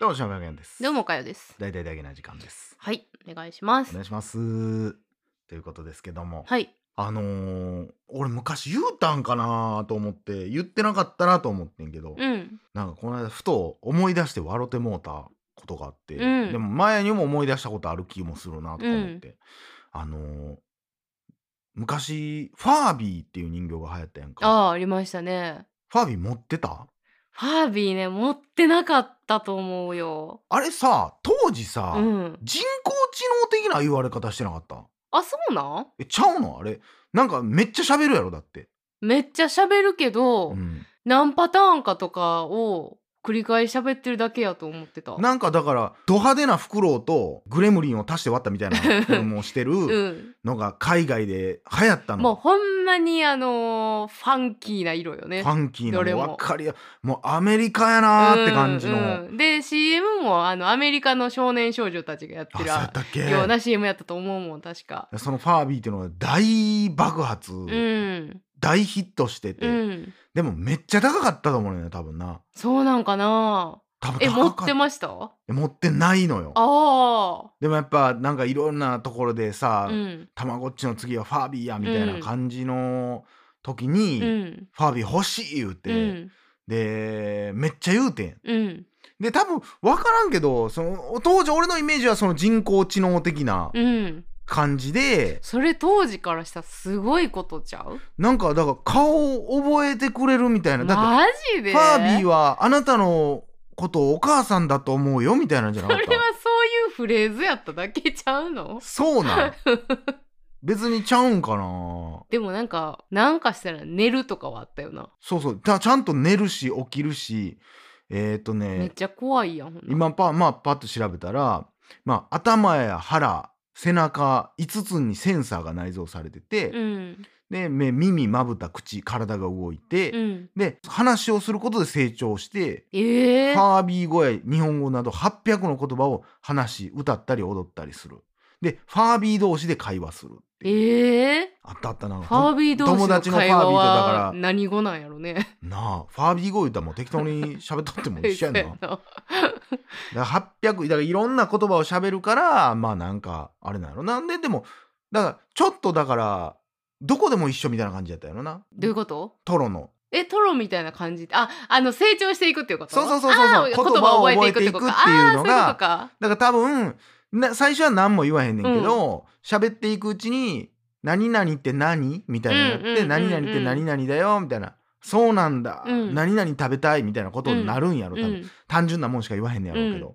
どうも、しゃべあげんです。どうも、かよです。大体だけな時間です。はい、お願いしまおす。願いします。ということですけども、はい、あのー俺昔言うたんかなと思って、言ってなかったなと思ってんけど、うん、なんかこの間ふと思い出して笑ってもうたことがあって、うんでも前にも思い出したことある気もするなとか思って、あのー昔ファービーっていう人形が流行ったやんあかあ、ありましたね。ファービー持ってたファービーね、持ってなかったと思うよ。あれさ当時さ、うん、人工知能的な言われ方してなかったあ、そうなん。えちゃうのあれなんかめっちゃ喋るやろだって、めっちゃ喋るけど、うん、何パターンかとかを繰り返し喋ってるだけやと思ってた。なんかだからド派手なフクロウとグレムリンを足して割ったみた いなこともしてうるん、のが海外で流行ったの、もうほんまにあのーファンキーな色よね。ファンキーなどれももう分かりやもうアメリカやなーって感じの、うんうんで CM もあのアメリカの少年少女たちがやってあそうるやったっようけな CM やったと思うもん確か。そのファービーっていうのが大爆発、うん、大ヒットしてて、うん、でもめっちゃ高かったと思うね多分なそうなんかな。多分え持高っかてました？あ持ってないのよあ、でもやっぱなんかいろんなところでさ、うん、たまごっちの次はファービーやみたいな感じの時うに、ん、ファービー欲しい言うて、うん、でめっちゃ言うてんうん、で多分分からんけどその当時俺のイメージはその人工知能的なうん。感じで、それ当時からしたらすごいことちゃう？なんかだから顔を覚えてくれるみたいなだっマジてで？ファービーは。はあなたのことをお母さんだと思うよみたいなんじゃなそかれっはた そういうフレーズやっただけちゃうの？そうなん別にちゃうんかなでもなんかなんかしたら寝るとかはあったよな。そうそうだちゃんと寝るし起きるしえっ、ー、とめっねちゃ怖いやん。ほんなら今パ,、まあ、パッと調べたら、まあ、頭や腹背中5つにセンサーが内蔵されてて、うんで目耳まぶた口体が動いて、うん。で話をすることで成長してええファービー語や日本語など800の言葉を話し歌ったり踊ったりするでファービー同士で会話するっていうええあったあったなファービー同士友の達のファービ会ー話とだはから何語なんやろね。なあファービー語言うたらもう適当に喋っとっても一緒や なそうやなだから800だからいろんな言葉を喋るからまあなんかあれなのなんででもだからちょっとだからどこでも一緒みたいな感じやったよなどういうことトロのえトロみたいな感じああの成長していくっていうことそうそうそうそうそうあー言葉を覚えていくってことか言葉を覚えていくっていうのがあーそういうことかだから多分な最初は何も言わへんねんけど喋、っていくうちに「何々って何?」みたいなのやって「うんうんうんうん何々って何々だよ」みたいな「そうなんだ、うん何々食べたい」みたいなことになるんやろ多分、うん単純なもんしか言わへんねやろうけど、うっ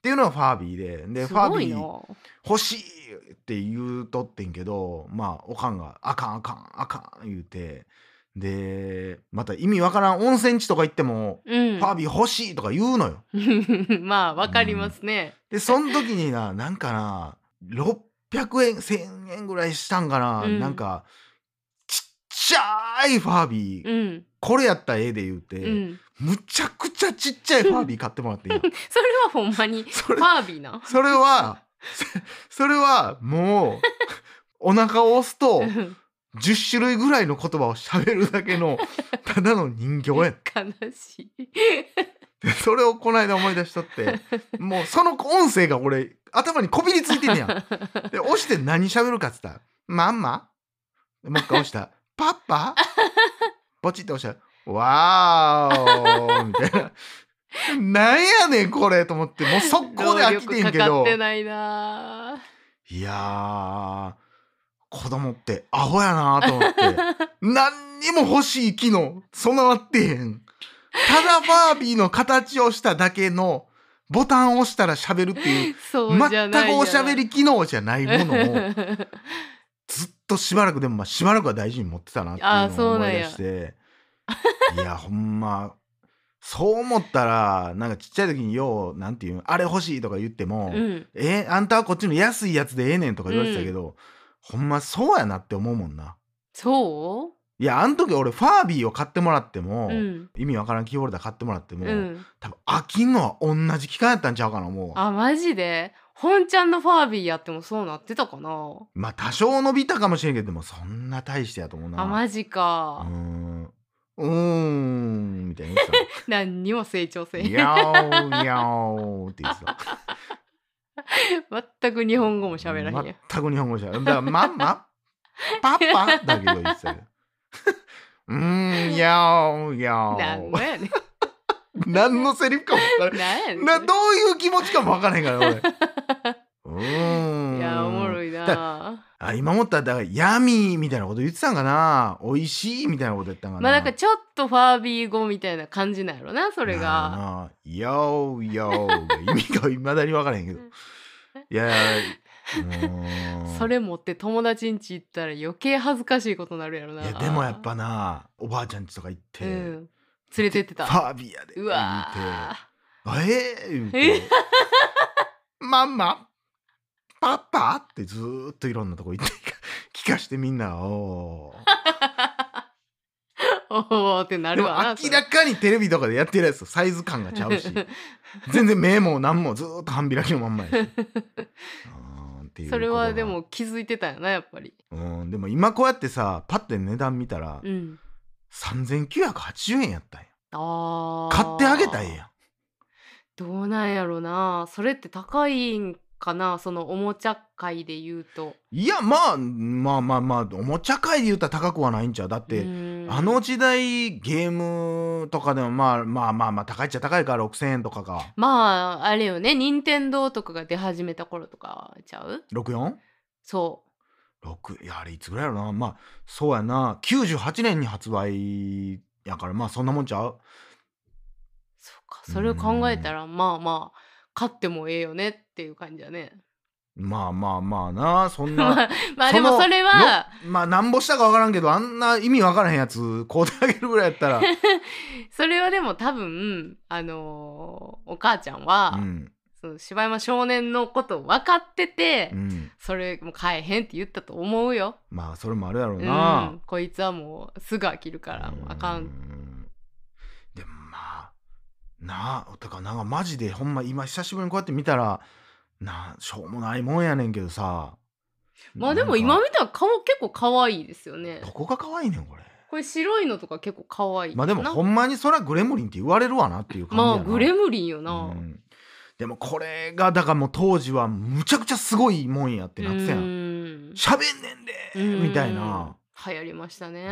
ていうのがファービーででフすァーごいビなー欲しいって言うとってんけどまあおかんが「あかんあかんあかん」言うてでまた意味わからん温泉地とか行ってもう「んファービー欲しい」とか言うのよ。 まあわかりますね、でその時に ななんかな600円1,000円ぐらいしたんかな、うんなんかちっちゃいファービー、うんこれやったらええで言うて、うんむちゃくちゃちっちゃいファービー買ってもらって んやそれはほんまに フそれァービーなそれはそそれはもうお腹を押すとうん10種類ぐらいの言葉を喋るだけ のただの人形やん 悲し いでそれをこの間思い出しとってもうその音声が俺頭にこびりついてんねやで押して何喋るかっつったら「マンマ」でもう一回押したら 「パパ」ポチって押したら「わーお」みたいな「なんやねんこれ」と思ってもう速攻で飽きてんけ労力かかどってないないやー子供ってアホやなと思 って何にも欲しい機能備わってへんただファービーの形をしただけのボタンを押したら喋るっていうそうじ全ゃないくおしゃべりり機能じゃないもの をずっとしばらくでもまあしばらくは大事に持ってたなってあーいうのをそう思ないん出やしていやほんまそう思ったらなんかちっちゃい時にようなんていうんあれ欲しいとか言っても、 うんえあんたはこっちの安いやつでええねんとか言われてたけど、ほんまそうやなって思うもんなそいやあん時俺ファービーを買ってもらってうも、うん意味わからんキーホルダー買ってもらっても、うん多分飽きんのは同じ期間やったんちゃうかな思うわあマジで本ちゃんのファービーやってもそうなってたかなまあ多少伸びたかもしれんけどでもそんな大してやと思うなあマジかうーんうーんみたいな言 って何にも成長たせの。にえゃおにゃおって言ってた。全く日本語も喋らへんやん全く日本語じゃだからマンマパパだけど言ってたよ。 うーん、やおやお。なんやねん何のセリフかも分から なんやねんなどういう気持ちかも分からへんから俺。うーん。 いやおもろいなあ今思ったらだから闇みたいなこと言ってたんかな美味しいみたいなこと言ったんかなまあなんかちょっとファービー語みたいな感じなんやろなそれがなあなあよーよーが意味がいまだに分からへんけどい やいやもうそれ持って友達ん家行ったら余計恥ずかしいことになるやろないいやでもやっぱなおばあちゃんちとか行って、うんフ連れてってたァービーやでうわ言うてえー、言うて ママパパってずーっといろんなとこ行って 聞かしてみんな おーーおおってなでるもわな明らかにテレビとかでやってるやつサイズ感がちゃう し全然目も何もずーっと半開きのまんまやし うーんっていうそれことはがでも気づいてたよなやっぱりうんでも今こうやってさパッて値段見たら、うん3980円やったんやあー買ってあげたらええやんどうなんやろなそれって高いんかなそのおもちゃ界で言うといやまあまあまあまあおもちゃ界で言ったら高くはないんちゃうだって、うんあの時代ゲームとかでもまあまあまあまあ高いっちゃ高いから6,000円とかかまああれよね任天堂とかが出始めた頃とかちゃう 64? そ6いやあれいつぐらいやろなまあそうやな98年に発売やからまあそんなもんちゃううそっかそれを考えたらまあまあ買ってもええよねっていう感じだね まあまあまあなそんまなあまあでものそれはろまあなんぼしたかわからんけどあんな意味わからへんやつ買うてあげるぐらいやった らそれはでも多分あのーお母ちゃんは、うんその柴山少年のことを分かってて、うんそれもう買えへんって言ったと思うよ、まあそれもあるやろううな、ん、こいつはもうすぐ飽きるからもうあかうんんでもまあなあだからなんかマジでほんま今久しぶりにこうやって見たらなあしょうもないもんやねんけどさまあでもな今ん見たら顔結構可愛いですよねかどこが可愛いねんこれこれ白いのとか結構可愛いまあでもなほんまにそらグレムリンって言われるわなっていう感じやまなあグレムリンよな、うんでもこれがだからもう当時はむちゃくちゃすごいもんやってなってたやうんん喋んねんで みたいな流行りましたね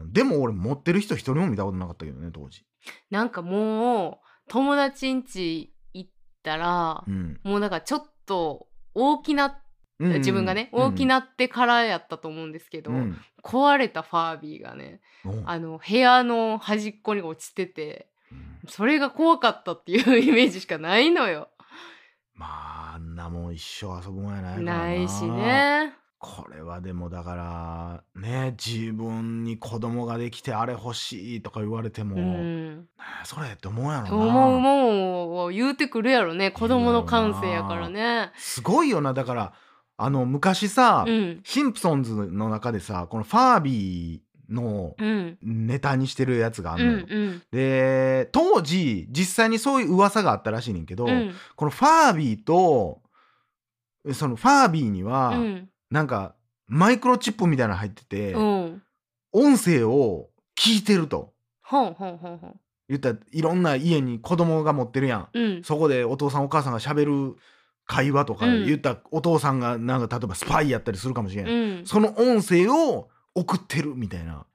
うんでも俺持ってる人一人も見たことなかったけどね当時なんかもう友達ん家行ったらう、んもうなんかちょっと大きなうん自分がね、うん大きなってからやったと思うんですけど、うん壊れたファービーがねうんあの部屋の端っこに落ちててうんそれが怖かったっていうイメージしかないのよ。まああんなもん一生遊ぶもんやないからなないしね。これはでもだからね自分に子供ができてあれ欲しいとか言われても、うねん、えそれって思うやろな思うもんを言うてくるやろね子供の感性やからね。すごいよなだからあの昔さ、うん、シンプソンズの中でさこのファービーのうん、ネタにしてるやつがあうんん、うのよ、ん、で当時実際にそういう噂があったらしいねんけど、うん、このファービーとそのファービーには、うん、なんかマイクロチップみたいなの入ってて、うん、音声を聞いてるとほんほんほんほん、言ったらいろんな家に子供が持ってるやん、うん、そこでお父さんお母さんがしゃべる会話とかうん言ったらお父さんがなんか例えばスパイやったりするかもしれん、うん、その音声を送ってるみたいな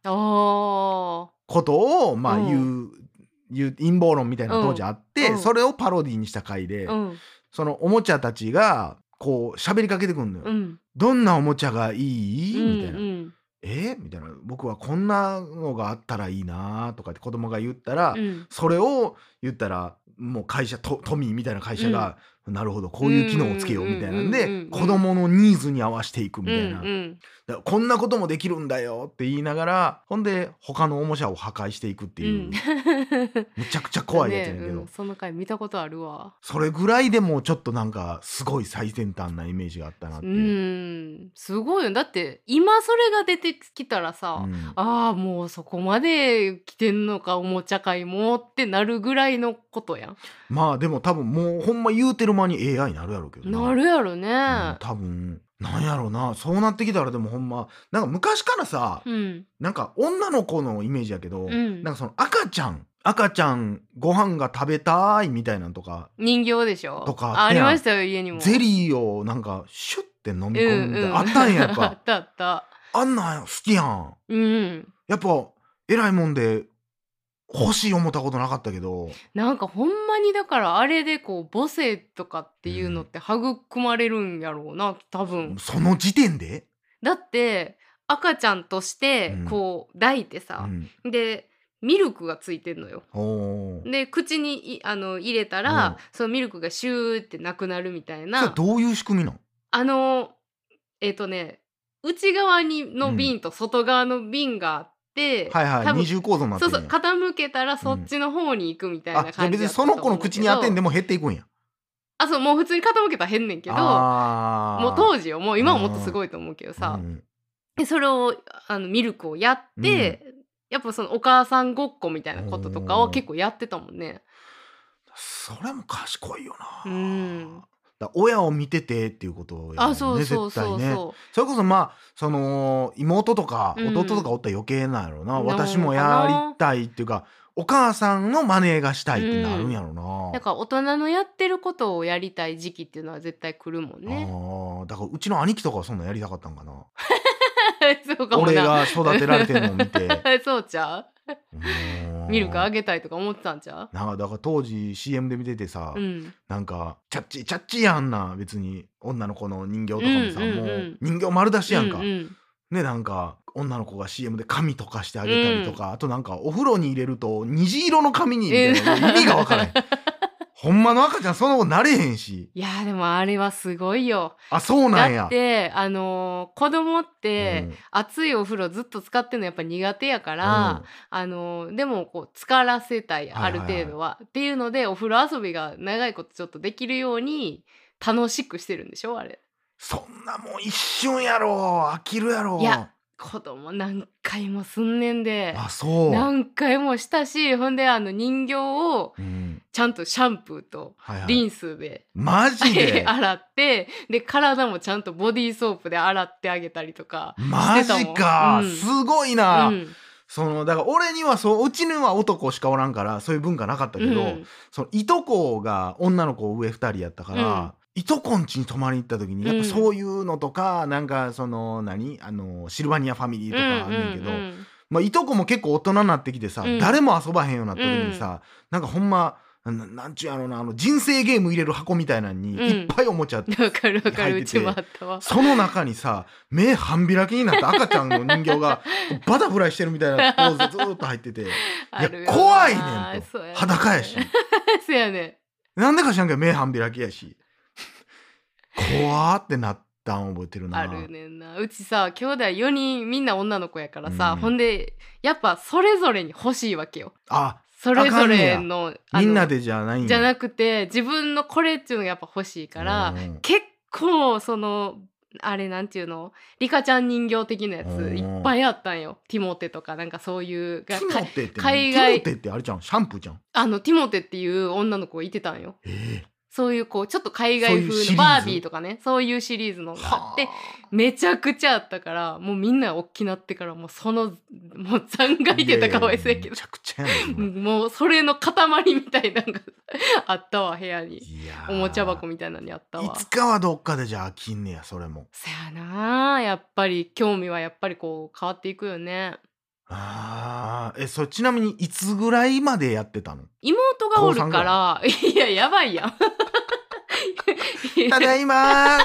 あことをまあうん言う,、言う陰謀論みたいなの当時あって、うんそれをパロディにした回で、あ、うん、そのおもちゃたちがこう喋りかけてくるのよ、うん、どんなおもちゃがいい、うんみたいなう。ん、えみたいな僕はこんなのがあったらいいなとかって子供が言ったら、うん、それを言ったらもう会社トトミーみたいな会社が、なるほどこういう機能をつけようみたいなんで、うんうんうんうん子供のニーズに合わせていくみたいな、うんだからこうん、んなこともできるんだよって言いながらほんで他のおもちゃを破壊していくっていう、うんむちゃくちゃ怖いやつやねんけど、 ねうんその回見たことあるわそれぐらいでもうちょっとなんかすごい最先端なイメージがあったなっうていう。んすごいよだって今それが出てきたらさ、うんああもうそこまで来てんのかおもちゃ界もってなるぐらいのことやん、まあでも多分もうほんま言うてる間に AI になるやろうけどなるやろねうん多分なんやろうなそうなってきたらでもほんまなんか昔からさ、うんなんか女の子のイメージやけど、うんなんかその赤ちゃん赤ちゃんご飯が食べたいみたいなんとか人形でしょとかああっあたりやんましたよ家にもゼリーをなんかシュッて飲み込んで、うんうんあったんややっ あぱったあったあんなん好きやんうんやっぱ偉いもんで欲しい思ったことなかったけどなんかほんまにだからあれでこう母性とかっていうのって育まれるんやろうな多分その時点で、だって赤ちゃんとしてうんこう抱いてうさ、ん、でミルクがついてんのよおーで口にいあの入れたら、うんそのミルクがシューってなくなるみたいそれなどういう仕組みなんあのえっ、とね内側にの瓶と外側の瓶があって、はいは多い分二重構造になってそるうそう傾けたらそっちの方に行くみたいなあじゃあ感じ別やにったとそ思のう子の口に当てんでもも減っていくんやあそうもう普通に傾けたら変ねんけどもあーう当時よもう今はもっとすごいと思うけどさ、うんでそれをあのミルクをやって、やっぱそのお母さんごっこみたいなこととかおはー結構やってたもんね。それも賢いような、ん、だ親を見ててっていうことやもんねあそうそうそう絶対ねそそれこそまあその妹とかうん弟とかおったら余計なんやろうな、なのかな私もやりたいっていうかお母さんの真似がしたいってなるんやろうな、うだから大人のやってることをやりたい時期っていうのは絶対来るもんね。あーだからうちの兄貴とかはそんなんやりたかったんか なそうかも俺な。が育てられてるのを見て そうちゃうミルクあげたいとか思ってたんちゃなんかだから当時 CM で見ててさ、ううんなんか「チャッチーチャッチーやんな別に女の子の人形とかもさ、うんうんうもんう人形丸出しやんか、うんうんねなんか女の子が CM で髪とかしてあげたりとか、あとなんかお風呂に入れると虹色の髪にみたいな、うん意味がわからへん ほんまの赤ちゃんそんなことなれへんしいやーでもあれはすごいよ。あそうなんやだってあのー子供って、うん熱いお風呂ずっと使ってるのやっぱ苦手やかうんら、あのでもこう浸からせたいはあいはいるはい程度は,、っていうのでお風呂遊びが長いことちょっとできるように楽しくしてるんでしょあれそんなもん一瞬やろ飽きるやろいや子供何回もすんねんであそう、何回もしたしほんであの人形をうんちゃんとシャンプーとはいはいリンスで、マジ で洗ってで体もちゃんとボディーソープで洗ってあげたりとか。マジか、うんすごいな、うんそのだから俺にはそううちには男しかおらんからそういう文化なかったけど、うんそのいとこが女の子上2人やったから、いとこんちに泊まりに行った時にやっぱそういうのとか、なんかその何あのシルバニアファミリーとかあんねんけど、ううんまあ、いとこも結構大人になってきてさ、うん誰も遊ばへんようになった時にさ、なんかほんまななんちゅうやろなあの人生ゲーム入れる箱みたいなのにうんいっぱいおもちゃあって、うんわかるわかる入っててうちもあったわ。その中にさ目半開きになった赤ちゃんの人形がバタフライしてるみたいなポーズずーっと入っててあるよな怖いねんとそうやね裸やし。そうやねなんでか知らんけど目半開きやし怖ーってなったん覚えてるなあるねんなうちさ兄弟4人みんな女の子やからさ、うんほんでやっぱそれぞれに欲しいわけよあそれぞれのあのみんなでじゃないんやじゃなくて自分のこれっていうのがやっぱ欲しいから、うん結構そのあれなんていうのリカちゃん人形的なやつうんいっぱいあったんよティモテとかなんかそういうがティモテって海海外外ティモテってあれじゃんシャンプーじゃんあのティモテっていう女の子がいてたんよえそういうこうちょっと海外そういうシリーズ風のバービーとかねそういうシリーズのえがあってはめちゃくちゃあったからもうみんな大きなってからもうそのもう残骸って言ったらかわいそうやけいやいやめどちゃくちゃやなそれもうそれの塊みたいなのが あったわ部屋にいやーおもちゃ箱みたいなのにあったわいつかはどっかでじゃあ飽きんねやそれもそやなあやっぱり興味はやっぱりこう変わっていくよねあーえそれちなみにいつぐらいまでやってたの妹がおるからいややばいやんただいまー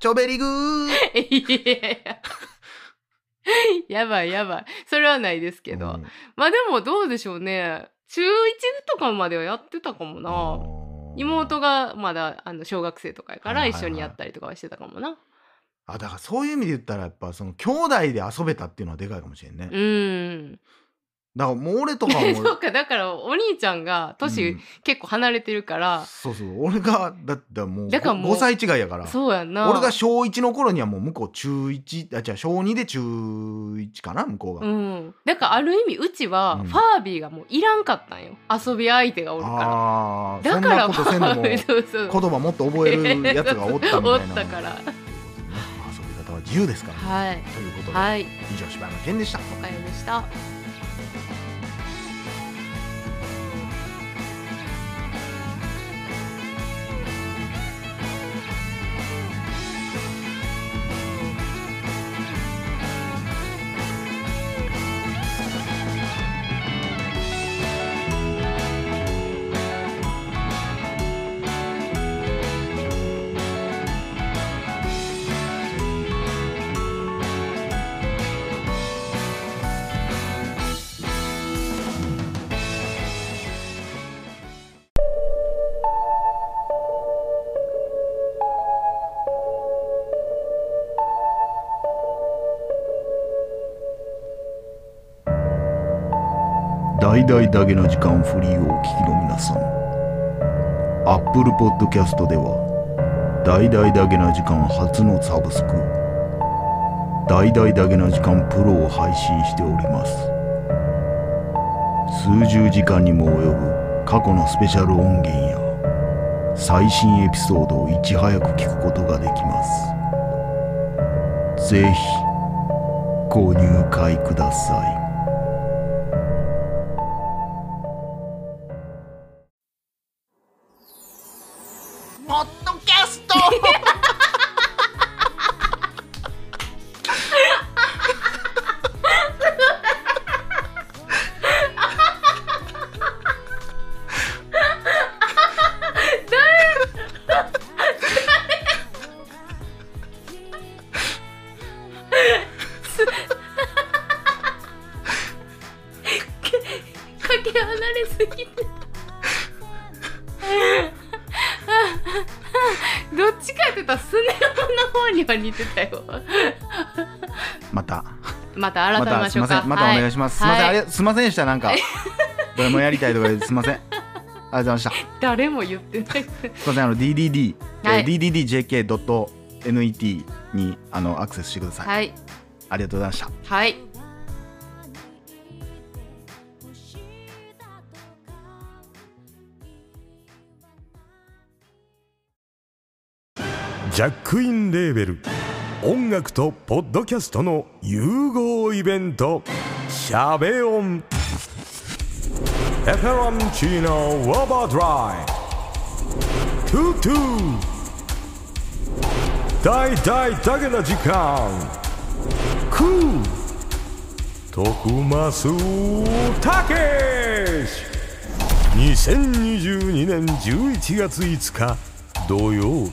ちょべりぐー いやいややばいやばいそれはないですけうど、んまあでもどうでしょうね中1とかまではやってたかもなあー妹がまだあの小学生とかやからはいはい一はい緒にやったりとかはしてたかもな、あだからそういう意味で言ったらやっぱその兄弟で遊べたっていうのはでかいかもしれんね、だかうんらもう俺とかはも そうかだからお兄ちゃんがう年ん結構離れてるから、そうそう俺がだってもうだからもう5歳違いやからそうやんな俺が小1の頃にはもう向こう中1あじゃあ小2で中1かな向こううが、ん、だからある意味うちうはんファービーがもういらんかったんよ遊び相手がおるかああらだそんかならことせんでも言そう そう葉もっと覚えるやつがおったみたい おなったからということでね遊び方は自由ですから、はいということで、はい 以上柴山健でしたおかよでした大々だけの時間フリーをお聞きの皆さん Apple Podcast では大々だけの時間初のサブスク大々だけの時間プロを配信しております数十時間にも及ぶ過去のスペシャル音源や最新エピソードをいち早く聞くことができますぜひご入会くださいポッドキャストかけ離れすぎてどっちかって言ったらスネ夫の方には似てたよまたまた改まめまたすしいょうませかんまたお願いします、はすいませんあはれすいませんでしたなん かドラマやりたいとかですいませんありがとうございまし誰も言ってないたすいませんあの DDD、えーはい DDDJK.net にあのアクセスしてください、はいありがとうございましたはいジャックインレーベル音楽とポッドキャストの融合イベント「シャベオン」「エフェロンチーノウォーバードライ」「トゥトゥ」「大大だけの時間」「クー」「徳マスたけし」2022年11月5日土曜日